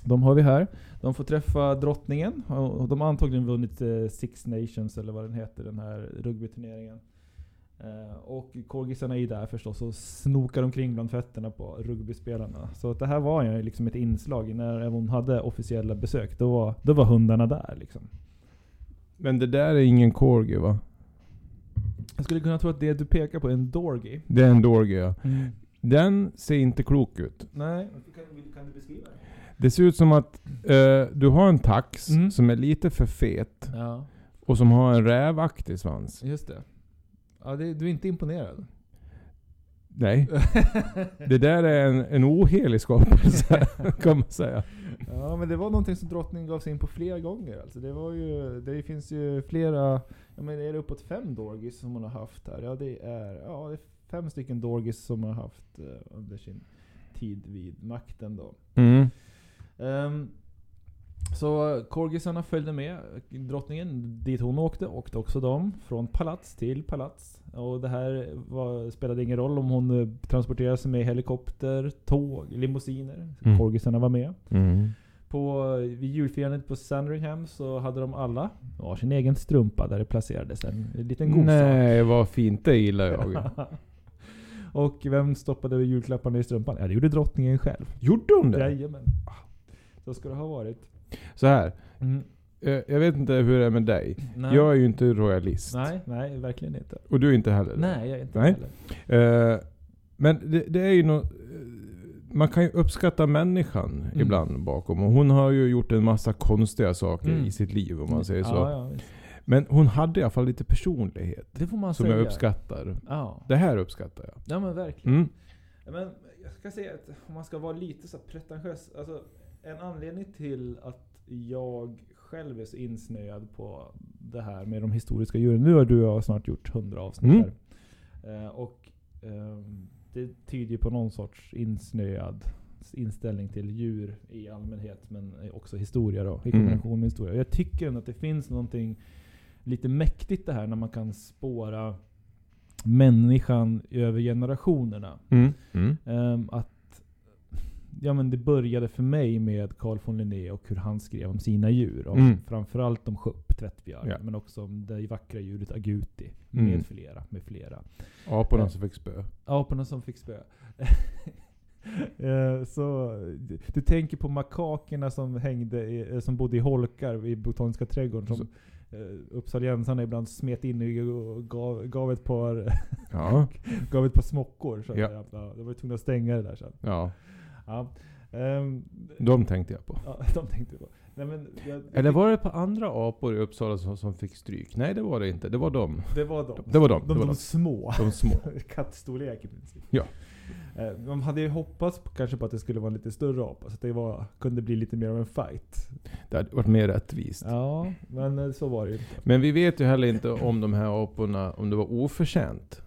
[SPEAKER 1] De har vi här. De får träffa drottningen. Och och de har antagligen vunnit eh, Six Nations, eller vad den heter, den här rugbyturneringen. Eh, och korgisarna är ju där förstås och snokar omkring bland fötterna på rugbyspelarna. Så att det här var ju liksom ett inslag. När hon hade officiella besök, då var, då var hundarna där. Liksom.
[SPEAKER 2] Men det där är ingen corgi va?
[SPEAKER 1] Jag skulle kunna tro att det du pekar på är en dorgy.
[SPEAKER 2] Det är en dorgy ja.
[SPEAKER 1] Mm.
[SPEAKER 2] Den ser inte klok ut.
[SPEAKER 1] Nej. Kan, kan du beskriva det?
[SPEAKER 2] Det ser ut som att eh, du har en tax
[SPEAKER 1] Mm.
[SPEAKER 2] som är lite för fet
[SPEAKER 1] Ja,
[SPEAKER 2] och som har en rävaktig svans.
[SPEAKER 1] just det. Ja, det du är inte imponerad?
[SPEAKER 2] Nej. [LAUGHS] Det där är en, en ohelig skapelse
[SPEAKER 1] [LAUGHS]
[SPEAKER 2] kan man säga.
[SPEAKER 1] Ja, men det var någonting som drottningen gav sig in på flera gånger. Alltså, det, var ju, det finns ju flera, ja, men är det uppåt fem dorgis som hon har haft här? Ja, det är, ja, det är fem stycken dorgis som har haft eh, under sin tid vid makten då.
[SPEAKER 2] Mm.
[SPEAKER 1] Ehm, så korgisarna följde med drottningen dit hon åkte, åkte också de. Från palats till palats. Och det här var, spelade ingen roll om hon eh, transporterade sig med helikopter, tåg, limousiner.
[SPEAKER 2] Mm.
[SPEAKER 1] Korgisarna var med.
[SPEAKER 2] Mm.
[SPEAKER 1] På, vid julfirandet på Sandringham så hade de alla var sin egen strumpa där det placerades en liten godsak.
[SPEAKER 2] Nej, vad fint. Det gillar jag.
[SPEAKER 1] [LAUGHS] Och vem stoppade julklapparna i strumpan? Ja, det gjorde drottningen själv.
[SPEAKER 2] Gjorde hon det?
[SPEAKER 1] Jajamän. Så ska det ha varit. Mm.
[SPEAKER 2] Så här. eh, Jag vet inte hur det är med dig.
[SPEAKER 1] Nej.
[SPEAKER 2] Jag är ju inte royalist.
[SPEAKER 1] nej, nej, verkligen inte.
[SPEAKER 2] Och du är inte heller det.
[SPEAKER 1] Nej, jag är inte
[SPEAKER 2] Nej.
[SPEAKER 1] heller.
[SPEAKER 2] Eh, men det, det är ju nå- eh, Man kan ju uppskatta människan
[SPEAKER 1] Mm.
[SPEAKER 2] ibland bakom. Och hon har ju gjort en massa konstiga saker
[SPEAKER 1] Mm.
[SPEAKER 2] i sitt liv om man säger så.
[SPEAKER 1] Ja, ja, visst.
[SPEAKER 2] Men hon hade i alla fall lite personlighet.
[SPEAKER 1] det får man
[SPEAKER 2] som
[SPEAKER 1] säga.
[SPEAKER 2] jag uppskattar.
[SPEAKER 1] Ja.
[SPEAKER 2] Det här uppskattar jag.
[SPEAKER 1] ja, men verkligen.
[SPEAKER 2] Mm.
[SPEAKER 1] Men jag ska säga att om man ska vara lite så här pretentiös. Alltså, en anledning till att jag själv är så insnöad på det här med de historiska djuren. Nu har du och jag snart gjort 100 avsnitt
[SPEAKER 2] Mm.
[SPEAKER 1] här. Eh, och ehm, det tyder ju på någon sorts insnöad inställning till djur i allmänhet. Men också historia då. I
[SPEAKER 2] Mm.
[SPEAKER 1] kombination med historia. Jag tycker ändå att det finns någonting lite mäktigt det här när man kan spåra människan över generationerna.
[SPEAKER 2] Mm. Mm.
[SPEAKER 1] Ehm, att ja, men det började för mig med Carl von Linné och hur han skrev om sina djur. Och
[SPEAKER 2] Mm.
[SPEAKER 1] Framförallt om sköpp, tvättbjörn,
[SPEAKER 2] Ja.
[SPEAKER 1] men också om det vackra djuret aguti.
[SPEAKER 2] Mm.
[SPEAKER 1] Med flera, med flera.
[SPEAKER 2] Aporna som fick spö.
[SPEAKER 1] Aporna som fick spö. [LAUGHS] Eh, Så, du- du tänker på makakerna som, hängde i, eh, som bodde i holkar i Botaniska trädgården. Som eh, uppsaliensarna ibland smet in i och gav, gav, ett par,
[SPEAKER 2] Ja.
[SPEAKER 1] [LAUGHS] gav ett par smockor. Så att
[SPEAKER 2] Ja.
[SPEAKER 1] säga. ja. De var tvungna att stänga det där sen.
[SPEAKER 2] ja.
[SPEAKER 1] Ja. Ehm,
[SPEAKER 2] De tänkte jag på.
[SPEAKER 1] ja, [LAUGHS] de tänkte jag på. Nej, men jag,
[SPEAKER 2] Eller var det på andra apor i Uppsala som, som fick stryk? Nej det var det inte. Det var dem.
[SPEAKER 1] Det var de.
[SPEAKER 2] Det var dem.
[SPEAKER 1] De,
[SPEAKER 2] det var
[SPEAKER 1] de,
[SPEAKER 2] dem.
[SPEAKER 1] små.
[SPEAKER 2] de små.
[SPEAKER 1] [LAUGHS] Kattstorlek i princip.
[SPEAKER 2] Ja.
[SPEAKER 1] Eh, De hade ju hoppats på, kanske på att det skulle vara en lite större apa, så att det var, kunde bli lite mer av en fight.
[SPEAKER 2] Det hade varit mer rättvist.
[SPEAKER 1] Ja, men eh, så var det ju inte.
[SPEAKER 2] Men vi vet ju heller inte om de här aporna, om det var oförtjänt.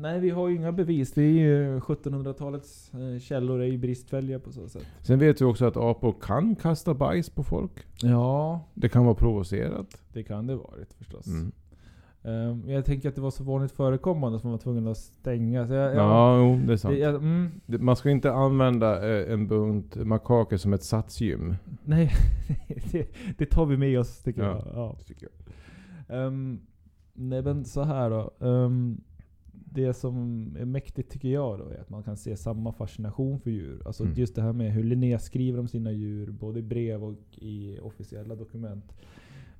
[SPEAKER 1] Nej, vi har ju inga bevis. Vi är ju 1700-talets eh, källor är ju bristfälliga på så sätt.
[SPEAKER 2] Sen vet vi också att apor kan kasta bajs på folk.
[SPEAKER 1] Ja,
[SPEAKER 2] Det kan vara provocerat.
[SPEAKER 1] det kan det varit förstås.
[SPEAKER 2] Mm.
[SPEAKER 1] Eh, men jag tänker att det var så vanligt förekommande som man var tvungen att stänga. Så jag, jag-
[SPEAKER 2] Ja, jo, det är
[SPEAKER 1] det,
[SPEAKER 2] sant.
[SPEAKER 1] jag, mm,
[SPEAKER 2] Det- Man ska inte använda eh, en bunt makaker som ett satsgym.
[SPEAKER 1] nej, [LAUGHS] det, det tar vi med oss tycker
[SPEAKER 2] Ja.
[SPEAKER 1] jag. Ja.
[SPEAKER 2] tycker jag.
[SPEAKER 1] Ehm, nej men så här då. Ehm, det som är mäktigt tycker jag då är att man kan se samma fascination för djur. Alltså
[SPEAKER 2] Mm.
[SPEAKER 1] just det här med hur Linné skriver om sina djur, både i brev och i officiella dokument.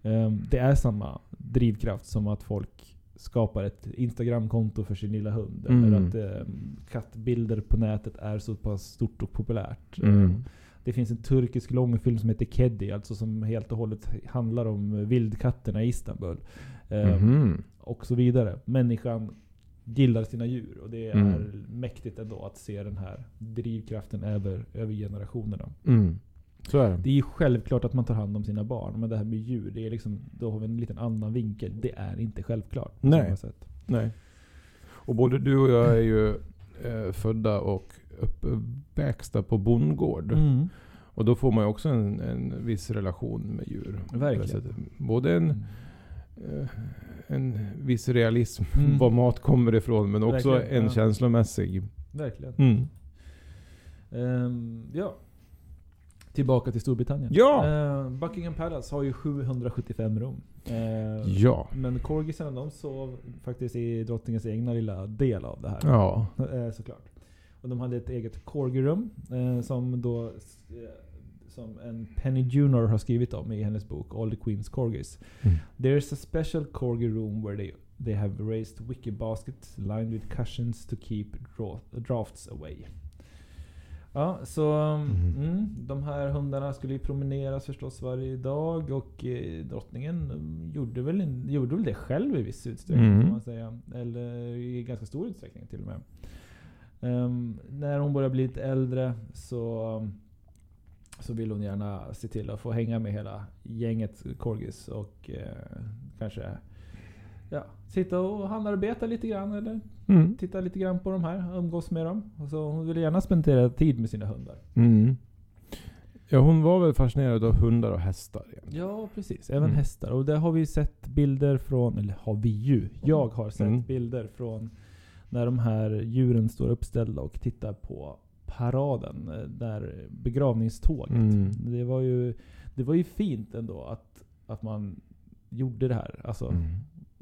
[SPEAKER 1] Ehm, det är samma drivkraft som att folk skapar ett Instagramkonto för sin lilla hund. Eller
[SPEAKER 2] Mm.
[SPEAKER 1] att ehm, kattbilder på nätet är så pass stort och populärt. Ehm,
[SPEAKER 2] Mm.
[SPEAKER 1] det finns en turkisk långfilm som heter Keddi, alltså som helt och hållet handlar om vildkatterna i Istanbul. Eh,
[SPEAKER 2] Mhm.
[SPEAKER 1] Och så vidare. Människan gillar sina djur och det är
[SPEAKER 2] Mm.
[SPEAKER 1] mäktigt ändå att se den här drivkraften över, över generationerna.
[SPEAKER 2] Mm. Så är det.
[SPEAKER 1] Det är ju självklart att man tar hand om sina barn, men det här med djur, det är liksom, då har vi en liten annan vinkel. Det är inte självklart. på
[SPEAKER 2] Nej.
[SPEAKER 1] samma sätt.
[SPEAKER 2] Nej. Och både du och jag är ju eh, födda och uppväxta på bondgård.
[SPEAKER 1] Mm.
[SPEAKER 2] Och då får man ju också en, en viss relation med djur.
[SPEAKER 1] Verkligen.
[SPEAKER 2] Så att Både en,
[SPEAKER 1] Mm.
[SPEAKER 2] eh, en viss realism
[SPEAKER 1] Mm.
[SPEAKER 2] var mat kommer ifrån, men också
[SPEAKER 1] Verkligen,
[SPEAKER 2] en
[SPEAKER 1] ja.
[SPEAKER 2] känslomässig.
[SPEAKER 1] Verkligen.
[SPEAKER 2] Mm.
[SPEAKER 1] Ehm, ja. Tillbaka till Storbritannien.
[SPEAKER 2] Ja!
[SPEAKER 1] Eh, Buckingham Palace har ju 775 rum. Eh,
[SPEAKER 2] Ja.
[SPEAKER 1] Men korgisarna de sov faktiskt i drottningens egna lilla del av det här.
[SPEAKER 2] Ja.
[SPEAKER 1] Eh, såklart. Och de hade ett eget corgirum eh, som då s- eh, som en Penny Junor har skrivit om i hennes bok All the Queen's Corgis.
[SPEAKER 2] Mm.
[SPEAKER 1] There's a special corgi room where they, they have raised wicker baskets lined with cushions to keep dra drafts away. Ja, så um,
[SPEAKER 2] Mhm.
[SPEAKER 1] mm, de här hundarna skulle ju promeneras förstås varje dag och eh, drottningen mm, gjorde väl, en, gjorde väl det själv i viss utsträckning
[SPEAKER 2] Mm.
[SPEAKER 1] kan man säga. Eller i ganska stor utsträckning till och med. Ehm, när hon börjar bli lite äldre så, så vill hon gärna se till att få hänga med hela gänget korgis och eh, kanske ja, sitta och handarbeta lite grann eller
[SPEAKER 2] Mm.
[SPEAKER 1] titta lite grann på de här, umgås med dem. Och så hon ville gärna spendera tid med sina hundar.
[SPEAKER 2] Mm. Ja, hon var väl fascinerad av hundar och hästar. egentligen.
[SPEAKER 1] Ja, precis. Även
[SPEAKER 2] Mm.
[SPEAKER 1] hästar. Och där har vi sett bilder från, eller har vi ju, jag har sett
[SPEAKER 2] Mm.
[SPEAKER 1] bilder från när de här djuren står uppställda och tittar på paraden, eh, där begravningståget.
[SPEAKER 2] Mm.
[SPEAKER 1] Det, var ju, det var ju fint ändå att, att man gjorde det här. Alltså,
[SPEAKER 2] Mm.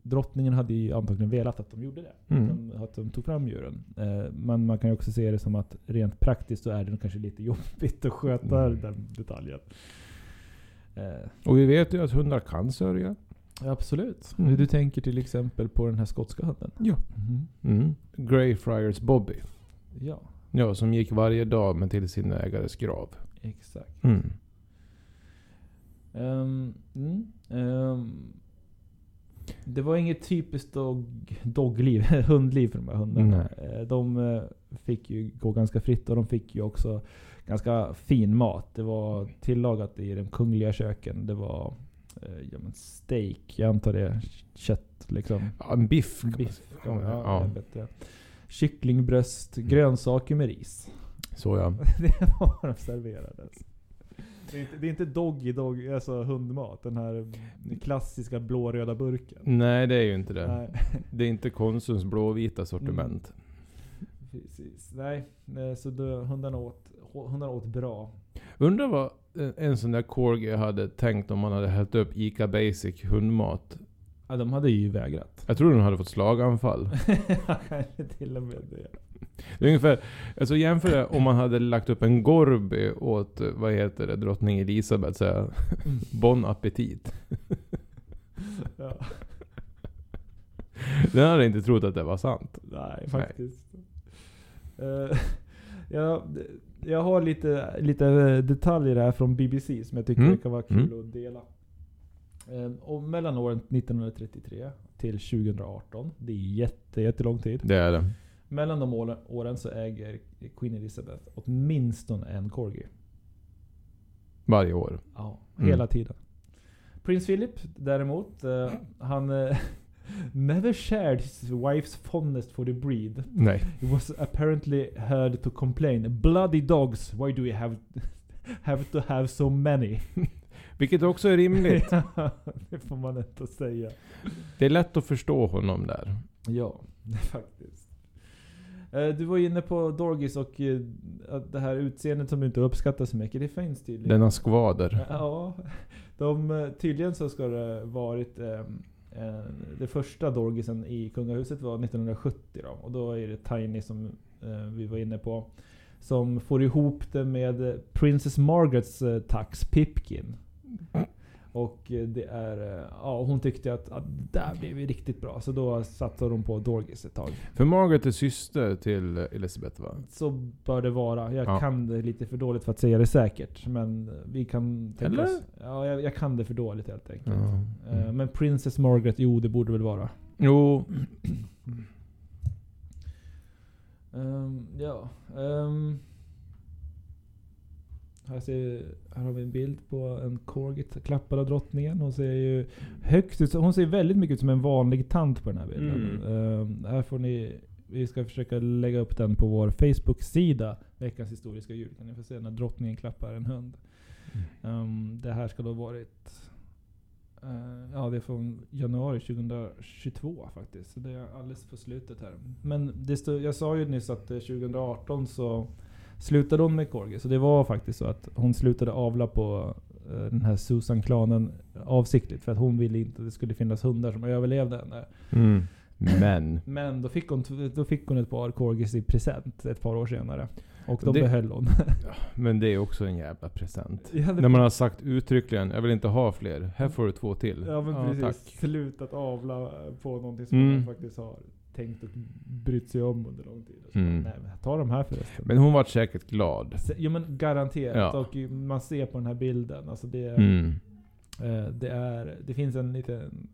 [SPEAKER 1] Drottningen hade ju antagligen velat att de gjorde det.
[SPEAKER 2] Mm.
[SPEAKER 1] De, att de tog fram djuren. Eh, men man kan ju också se det som att rent praktiskt så är det nog kanske lite jobbigt att sköta
[SPEAKER 2] Mm.
[SPEAKER 1] den detaljen. Eh,
[SPEAKER 2] Och vi vet ju att hundar kan sörja.
[SPEAKER 1] absolut.
[SPEAKER 2] Mm.
[SPEAKER 1] Du tänker till exempel på den här skotska hunden?
[SPEAKER 2] Ja. Mm. Greyfriars Bobby.
[SPEAKER 1] Ja,
[SPEAKER 2] Ja, som gick varje dag men till sin ägares grav.
[SPEAKER 1] exakt.
[SPEAKER 2] Mm.
[SPEAKER 1] Ehm, mm, ehm, det var inget typiskt dog, dogliv, [LAUGHS] hundliv för de här hundarna. Eh, De eh, fick ju gå ganska fritt och de fick ju också ganska fin mat. Det var tillagat i de kungliga köken. Det var eh, ja, men steak, jag antar det är kött liksom.
[SPEAKER 2] Ja, en biff. kan man
[SPEAKER 1] Biff,
[SPEAKER 2] säga.
[SPEAKER 1] ja, Mm.
[SPEAKER 2] Ja.
[SPEAKER 1] det är bättre. Kycklingbröst, grönsaker med ris. [LAUGHS]
[SPEAKER 2] Så ja.
[SPEAKER 1] Det var vad de serverades. Det är inte, det är inte doggy dog, alltså hundmat. Den här klassiska blå-röda burken.
[SPEAKER 2] Nej, Mm. det är ju inte det.
[SPEAKER 1] Nej,
[SPEAKER 2] Det är inte Konsums blåvita sortiment.
[SPEAKER 1] precis. Nej, nej, så då, hundarna, åt, hundarna åt bra.
[SPEAKER 2] Undrar vad eh, en sån där Corgi hade tänkt om man hade hällt upp ICA Basic hundmat.
[SPEAKER 1] Ja, de hade ju [LAUGHS] vägrat.
[SPEAKER 2] Jag tror den hade fått slaganfall.
[SPEAKER 1] Kanske till och med [LAUGHS] det.
[SPEAKER 2] Det är ungefär, alltså jämför det om man hade lagt upp en Gorby åt, eh, vad heter det, drottning Elisabeth. Så här, bon appetit.
[SPEAKER 1] Ja,
[SPEAKER 2] Den hade inte trott att det var sant.
[SPEAKER 1] nej, faktiskt. Eh, [LAUGHS] Jag, jag har lite, lite detaljer här från BBC som jag tycker
[SPEAKER 2] Mm.
[SPEAKER 1] kan vara kul
[SPEAKER 2] Mm.
[SPEAKER 1] att dela. Eh, Och mellan åren 1933 till 2018, det är jätte, jättelång tid.
[SPEAKER 2] Det är det.
[SPEAKER 1] Mellan de åren- åren så äger Queen Elizabeth åtminstone en corgi.
[SPEAKER 2] Varje år.
[SPEAKER 1] Ja,
[SPEAKER 2] Mm.
[SPEAKER 1] hela tiden. Prins Philip däremot, eh, han... eh, [LAUGHS] Never shared his wife's fondness for the breed.
[SPEAKER 2] Nej.
[SPEAKER 1] He was apparently heard to complain. Bloody dogs, why do we have, have to have so many?
[SPEAKER 2] Vilket också är rimligt.
[SPEAKER 1] [LAUGHS] det får man inte säga.
[SPEAKER 2] Det är lätt att förstå honom där.
[SPEAKER 1] Ja, [LAUGHS] faktiskt. Eh, Du var ju inne på Dorgis och eh, att det här utseendet som du inte uppskattar så mycket. Det finns tydligen.
[SPEAKER 2] Denna skvader.
[SPEAKER 1] Ja, de, eh, tydligen så ska det varit ehm, eh, det första dorgisen i kungahuset var 1970 då. Och då är det Tiny som eh, vi var inne på. Som får ihop det med eh, Princess Margarets eh, tax Pipkin. Och eh, det är, eh, ja hon tyckte att, att det där blev ju riktigt bra. Så då satsade hon på Dorgis ett tag.
[SPEAKER 2] För Margaret är syster till Elisabeth va?
[SPEAKER 1] Så bör det vara. Jag
[SPEAKER 2] Ja.
[SPEAKER 1] kan det lite för dåligt för att säga det säkert. Men vi kan tänka
[SPEAKER 2] Eller?
[SPEAKER 1] oss... Ja, jag, jag kan det för dåligt helt enkelt.
[SPEAKER 2] Ja.
[SPEAKER 1] Eh, Men Princess Margaret, jo det borde väl vara.
[SPEAKER 2] Jo,
[SPEAKER 1] Ehm, ja. ehm. här, ser, här har vi en bild på en corgi klappad av drottningen. Hon ser ju högt ut. Hon ser väldigt mycket ut som en vanlig tant på den här bilden.
[SPEAKER 2] Mm.
[SPEAKER 1] Ehm, här får ni... Vi ska försöka lägga upp den på vår Facebook-sida. Veckans historiska jul. Kan ni få se när drottningen klappar en hund. Ehm, det här ska då varit... eh, ja, det är från januari 2022 faktiskt. Så det är alldeles på slutet här. Men det stod, jag sa ju nyss att eh, 2018 så slutade hon med corgi. Så det var faktiskt så att hon slutade avla på eh, den här Susan-klanen avsiktligt. För att hon ville inte att det skulle finnas hundar som överlevde henne.
[SPEAKER 2] Mm. Men.
[SPEAKER 1] Men då fick hon, t- då fick hon ett par corgis i present ett par år senare. Och de
[SPEAKER 2] Det-
[SPEAKER 1] behöll hon.
[SPEAKER 2] Men det är också en jävla present.
[SPEAKER 1] [LAUGHS] Ja, det-
[SPEAKER 2] När man har sagt uttryckligen, jag vill inte ha fler. Här får du två till.
[SPEAKER 1] Ja men precis.
[SPEAKER 2] tack.
[SPEAKER 1] Slutat avla på någonting som
[SPEAKER 2] Mm.
[SPEAKER 1] man faktiskt har tänkt och brytt sig om under lång tid. Och så,
[SPEAKER 2] Mm.
[SPEAKER 1] Nej men ta de här förresten.
[SPEAKER 2] Men hon vart säkert glad.
[SPEAKER 1] Se- Jo men garanterat.
[SPEAKER 2] Ja.
[SPEAKER 1] Och ju- man ser på den här bilden. Alltså det,
[SPEAKER 2] Mm.
[SPEAKER 1] eh, det, är, det finns en liten...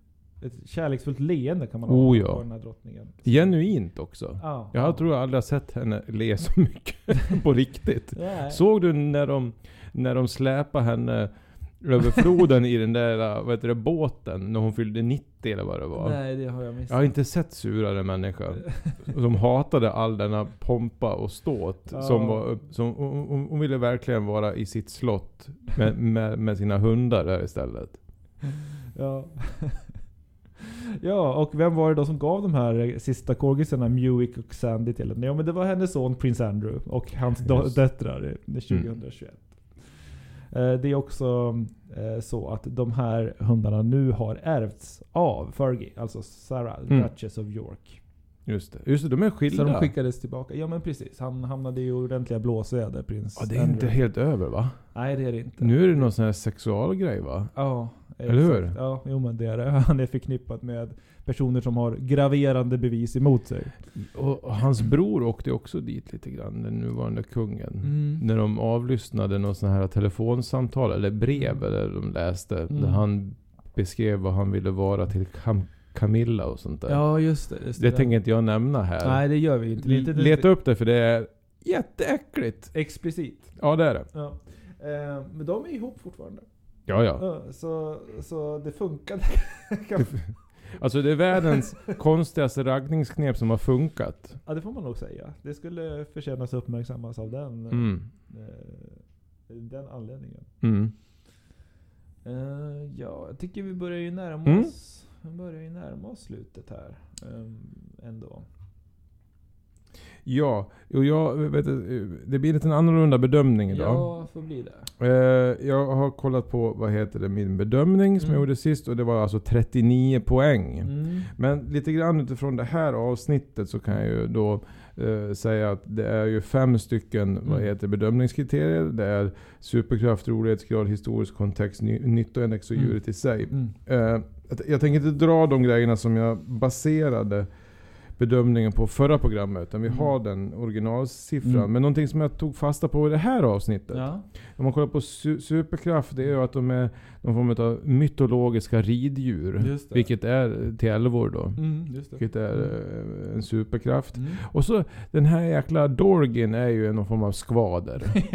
[SPEAKER 1] Ett kärleksfullt leende kan man
[SPEAKER 2] Oh,
[SPEAKER 1] ha
[SPEAKER 2] ja.
[SPEAKER 1] på den här drottningen.
[SPEAKER 2] Genuint också.
[SPEAKER 1] Ja.
[SPEAKER 2] Jag tror [LAUGHS] jag aldrig har sett henne le så mycket på riktigt.
[SPEAKER 1] Nej.
[SPEAKER 2] Såg du när de, när de släpade henne
[SPEAKER 1] [LAUGHS]
[SPEAKER 2] över floden i den där vad heter det, båten när hon fyllde 90 eller vad det var?
[SPEAKER 1] Nej det Eh. har jag missat. [LAUGHS]
[SPEAKER 2] Jag har inte sett surare människa. Som hatade all denna pompa och ståt.
[SPEAKER 1] Ja.
[SPEAKER 2] Som var, som, hon, hon- hon ville verkligen vara i sitt slott med, med, med sina hundar där istället.
[SPEAKER 1] Ja. [LAUGHS] ja, och vem var det då som gav de här eh, sista korgisarna, Muick och Sandy till henne? Ja men det var hennes son Prins Andrew och hans do-
[SPEAKER 2] Just.
[SPEAKER 1] döttrar eh,
[SPEAKER 2] Mm.
[SPEAKER 1] 2021. Eh, Det är också eh, så att de här hundarna nu har ärvts av Fergie, alltså Sarah,
[SPEAKER 2] Mm.
[SPEAKER 1] Duchess of York.
[SPEAKER 2] Just det, Just det de är
[SPEAKER 1] Så
[SPEAKER 2] skilda.
[SPEAKER 1] de skickades tillbaka. Ja men precis, han hamnade i ordentliga blåsväder, Prins
[SPEAKER 2] ja, det är inte
[SPEAKER 1] Andrew.
[SPEAKER 2] helt över va?
[SPEAKER 1] Nej det är det inte.
[SPEAKER 2] Nu är det någon sån här sexualgrej va?
[SPEAKER 1] Ja,
[SPEAKER 2] Eller hur?
[SPEAKER 1] exakt. Ja, jo men det är det. [LAUGHS] Han är förknippat med personer som har graverande bevis emot sig.
[SPEAKER 2] Och och
[SPEAKER 1] Mm.
[SPEAKER 2] hans bror åkte också dit lite grann, den nuvarande kungen.
[SPEAKER 1] Mm.
[SPEAKER 2] När de avlyssnade någon sån här telefonsamtal eller brev eller de läste.
[SPEAKER 1] Mm.
[SPEAKER 2] Där han beskrev vad han ville vara till Cam- Camilla och sånt där.
[SPEAKER 1] Ja, just det. Just
[SPEAKER 2] det tänker inte jag nämna här.
[SPEAKER 1] Nej, det gör vi inte. Det är inte-
[SPEAKER 2] Leta upp det för det är jätteäckligt.
[SPEAKER 1] Explicit.
[SPEAKER 2] Ja det är det.
[SPEAKER 1] Ja. Eh, men de är ihop fortfarande.
[SPEAKER 2] Ja ja.
[SPEAKER 1] Ja, Så, så [LAUGHS] det funkade.
[SPEAKER 2] Alltså det
[SPEAKER 1] [LAUGHS]
[SPEAKER 2] är världens konstigaste raggningsknep som har funkat.
[SPEAKER 1] Ja, det får man nog säga. Det skulle förtjänas att uppmärksammas av den,
[SPEAKER 2] Mm.
[SPEAKER 1] eh, den anledningen.
[SPEAKER 2] Mm.
[SPEAKER 1] Eh, ja, jag tycker vi börjar ju närma
[SPEAKER 2] Mm.
[SPEAKER 1] oss. Vi börjar ju närma oss slutet här. eh, ändå.
[SPEAKER 2] Ja, och jag vet det blir lite en annorlunda bedömning idag.
[SPEAKER 1] Ja, får bli det.
[SPEAKER 2] Eh, jag har kollat på, vad heter det, min bedömning som
[SPEAKER 1] Mm.
[SPEAKER 2] jag gjorde sist och det var alltså 39 poäng.
[SPEAKER 1] Mm.
[SPEAKER 2] Men lite grann utifrån det här avsnittet så kan jag ju då eh, säga att det är ju fem stycken vad
[SPEAKER 1] Mm.
[SPEAKER 2] heter bedömningskriterier. Det är superkraft, rolighetsgrad, historisk kontext, ny, nyttoindex och
[SPEAKER 1] Mm.
[SPEAKER 2] djuret i sig.
[SPEAKER 1] Mm.
[SPEAKER 2] Eh, jag- jag tänker inte dra de grejerna som jag baserade bedömningen på förra programmet. Utan vi har den originalsiffran.
[SPEAKER 1] Mm.
[SPEAKER 2] Men någonting som jag tog fasta på i det här avsnittet.
[SPEAKER 1] Ja.
[SPEAKER 2] Om man kollar på su- superkraft, det är ju att de är någon form av mytologiska riddjur.
[SPEAKER 1] Just det.
[SPEAKER 2] Vilket är till älvor då.
[SPEAKER 1] Mm, just det.
[SPEAKER 2] Vilket är eh, en superkraft.
[SPEAKER 1] Mm.
[SPEAKER 2] Och så den här jäkla Dorgin är ju någon form av skvader.
[SPEAKER 1] [LAUGHS]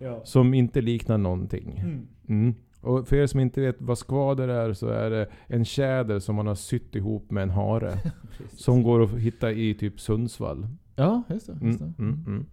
[SPEAKER 1] ja.
[SPEAKER 2] Som inte liknar någonting.
[SPEAKER 1] Mm.
[SPEAKER 2] Mm. Och för er som inte vet vad skvader är så är det en tjäder som man har sytt ihop med en hare.
[SPEAKER 1] [LAUGHS]
[SPEAKER 2] som går att hitta i typ Sundsvall.
[SPEAKER 1] Ja, just det.
[SPEAKER 2] Mm,
[SPEAKER 1] Just det.
[SPEAKER 2] mm, mm.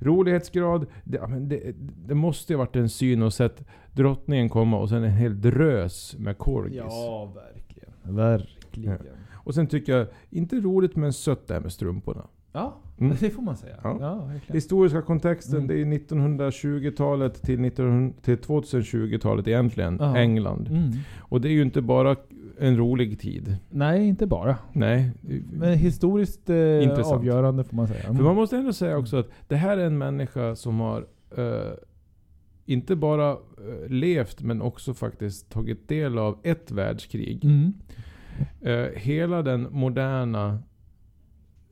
[SPEAKER 2] Rolighetsgrad. Det, ja, men det, det måste ju varit en syn att sett drottningen komma och sen en hel drös med korgis.
[SPEAKER 1] Ja, verkligen. Verkligen.
[SPEAKER 2] Och sen tycker jag, inte roligt men sött det här med strumporna.
[SPEAKER 1] Ja,
[SPEAKER 2] Mm.
[SPEAKER 1] det får man säga.
[SPEAKER 2] Ja.
[SPEAKER 1] Ja, verkligen.
[SPEAKER 2] Historiska kontexten,
[SPEAKER 1] Mm.
[SPEAKER 2] det är 1920-talet till, 1900 till 2020-talet egentligen.
[SPEAKER 1] Ja.
[SPEAKER 2] England.
[SPEAKER 1] Mm.
[SPEAKER 2] Och det är ju inte bara en rolig tid.
[SPEAKER 1] Nej, inte bara.
[SPEAKER 2] Nej.
[SPEAKER 1] Men historiskt eh,
[SPEAKER 2] Intressant.
[SPEAKER 1] avgörande får man säga. Mm.
[SPEAKER 2] För man måste ändå säga också att det här är en människa som har eh, inte bara eh, levt men också faktiskt tagit del av ett världskrig.
[SPEAKER 1] Mm.
[SPEAKER 2] Eh, hela den moderna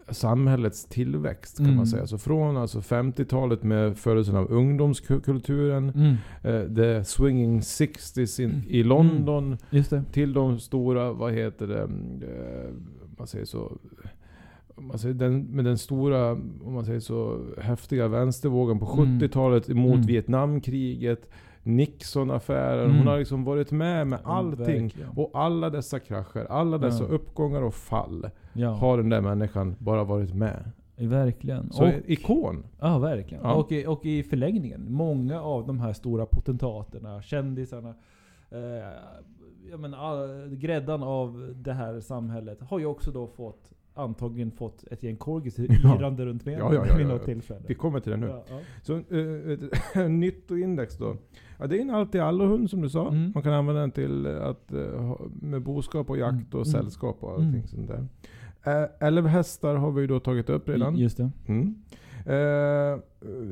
[SPEAKER 2] samhällets tillväxt kan man
[SPEAKER 1] Mm.
[SPEAKER 2] säga. Så från alltså 50-talet med födelsen av ungdomskulturen,
[SPEAKER 1] Mm.
[SPEAKER 2] eh, the swinging 60s in, i London,
[SPEAKER 1] Just det.
[SPEAKER 2] till de stora, vad heter det, eh, man säger så, man säger den, med den stora, om man säger så, häftiga vänstervågen på
[SPEAKER 1] Mm.
[SPEAKER 2] 70-talet emot
[SPEAKER 1] Mm.
[SPEAKER 2] Vietnamkriget, Nixonaffären.
[SPEAKER 1] Mm.
[SPEAKER 2] Hon har liksom varit med med allting.
[SPEAKER 1] Verkligen.
[SPEAKER 2] Och alla dessa krascher, alla dessa
[SPEAKER 1] Ja.
[SPEAKER 2] uppgångar och fall
[SPEAKER 1] Ja,
[SPEAKER 2] har den där människan bara varit med.
[SPEAKER 1] verkligen.
[SPEAKER 2] Så
[SPEAKER 1] och,
[SPEAKER 2] ikon.
[SPEAKER 1] ja, verkligen.
[SPEAKER 2] Ja.
[SPEAKER 1] Och, i, och i förlängningen, många av de här stora potentaterna, kändisarna, eh, jag menar, all, gräddan av det här samhället har ju också då fått antagligen fått ett gäng korgis
[SPEAKER 2] [LAUGHS] Ja.
[SPEAKER 1] irande runt benen
[SPEAKER 2] Ja, ja,
[SPEAKER 1] [LAUGHS]
[SPEAKER 2] ja,
[SPEAKER 1] vid
[SPEAKER 2] ja,
[SPEAKER 1] något
[SPEAKER 2] ja.
[SPEAKER 1] tillfälle.
[SPEAKER 2] Vi kommer till det nu.
[SPEAKER 1] Ja, ja.
[SPEAKER 2] Så eh, ett [LAUGHS] nyttoindex då. Ja, det är en allt i allo hund som du sa.
[SPEAKER 1] Mm.
[SPEAKER 2] Man kan använda den till att, eh, ha- med boskap och jakt och
[SPEAKER 1] Mm.
[SPEAKER 2] sällskap och allting
[SPEAKER 1] Mm.
[SPEAKER 2] sånt där. Eh, Elva hästar har vi ju då tagit upp redan.
[SPEAKER 1] Just det.
[SPEAKER 2] Mm. Eh,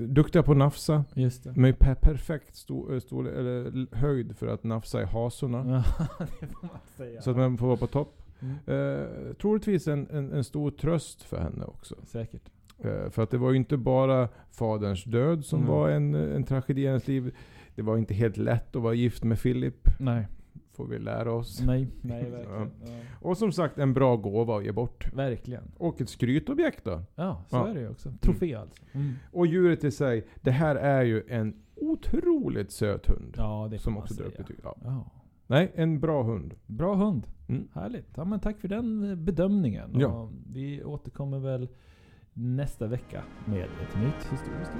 [SPEAKER 2] duktiga på att nafsa.
[SPEAKER 1] Just det.
[SPEAKER 2] Med per perfekt sto- eh, storle- eller l- höjd för att nafsa i hasorna.
[SPEAKER 1] Ja, [LAUGHS] det får man säga.
[SPEAKER 2] Så att man får vara på topp.
[SPEAKER 1] Mm.
[SPEAKER 2] Eh, troligtvis en, en, en stor tröst för henne också.
[SPEAKER 1] Säkert.
[SPEAKER 2] Eh, För att det var ju inte bara faderns död som
[SPEAKER 1] Mm.
[SPEAKER 2] var en, en tragedi i hennes liv. Det var inte helt lätt att vara gift med Philip,
[SPEAKER 1] Nej.
[SPEAKER 2] får vi lära oss.
[SPEAKER 1] Nej, nej verkligen. Ja.
[SPEAKER 2] Och som sagt, en bra gåva att ge bort.
[SPEAKER 1] Verkligen.
[SPEAKER 2] Och ett skrytobjekt då.
[SPEAKER 1] Ja, så
[SPEAKER 2] Ja.
[SPEAKER 1] är det ju också. Trofé alltså.
[SPEAKER 2] Och djuret i sig, det här är ju en otroligt söt hund.
[SPEAKER 1] Ja, det får
[SPEAKER 2] som
[SPEAKER 1] man
[SPEAKER 2] också drar upp
[SPEAKER 1] säga.
[SPEAKER 2] betyg. Ja.
[SPEAKER 1] Ja.
[SPEAKER 2] Nej, en bra hund.
[SPEAKER 1] Bra hund.
[SPEAKER 2] Mm.
[SPEAKER 1] Härligt. Ja, men tack för den eh, bedömningen.
[SPEAKER 2] Ja.
[SPEAKER 1] Och vi återkommer väl nästa vecka med ett nytt historiskt.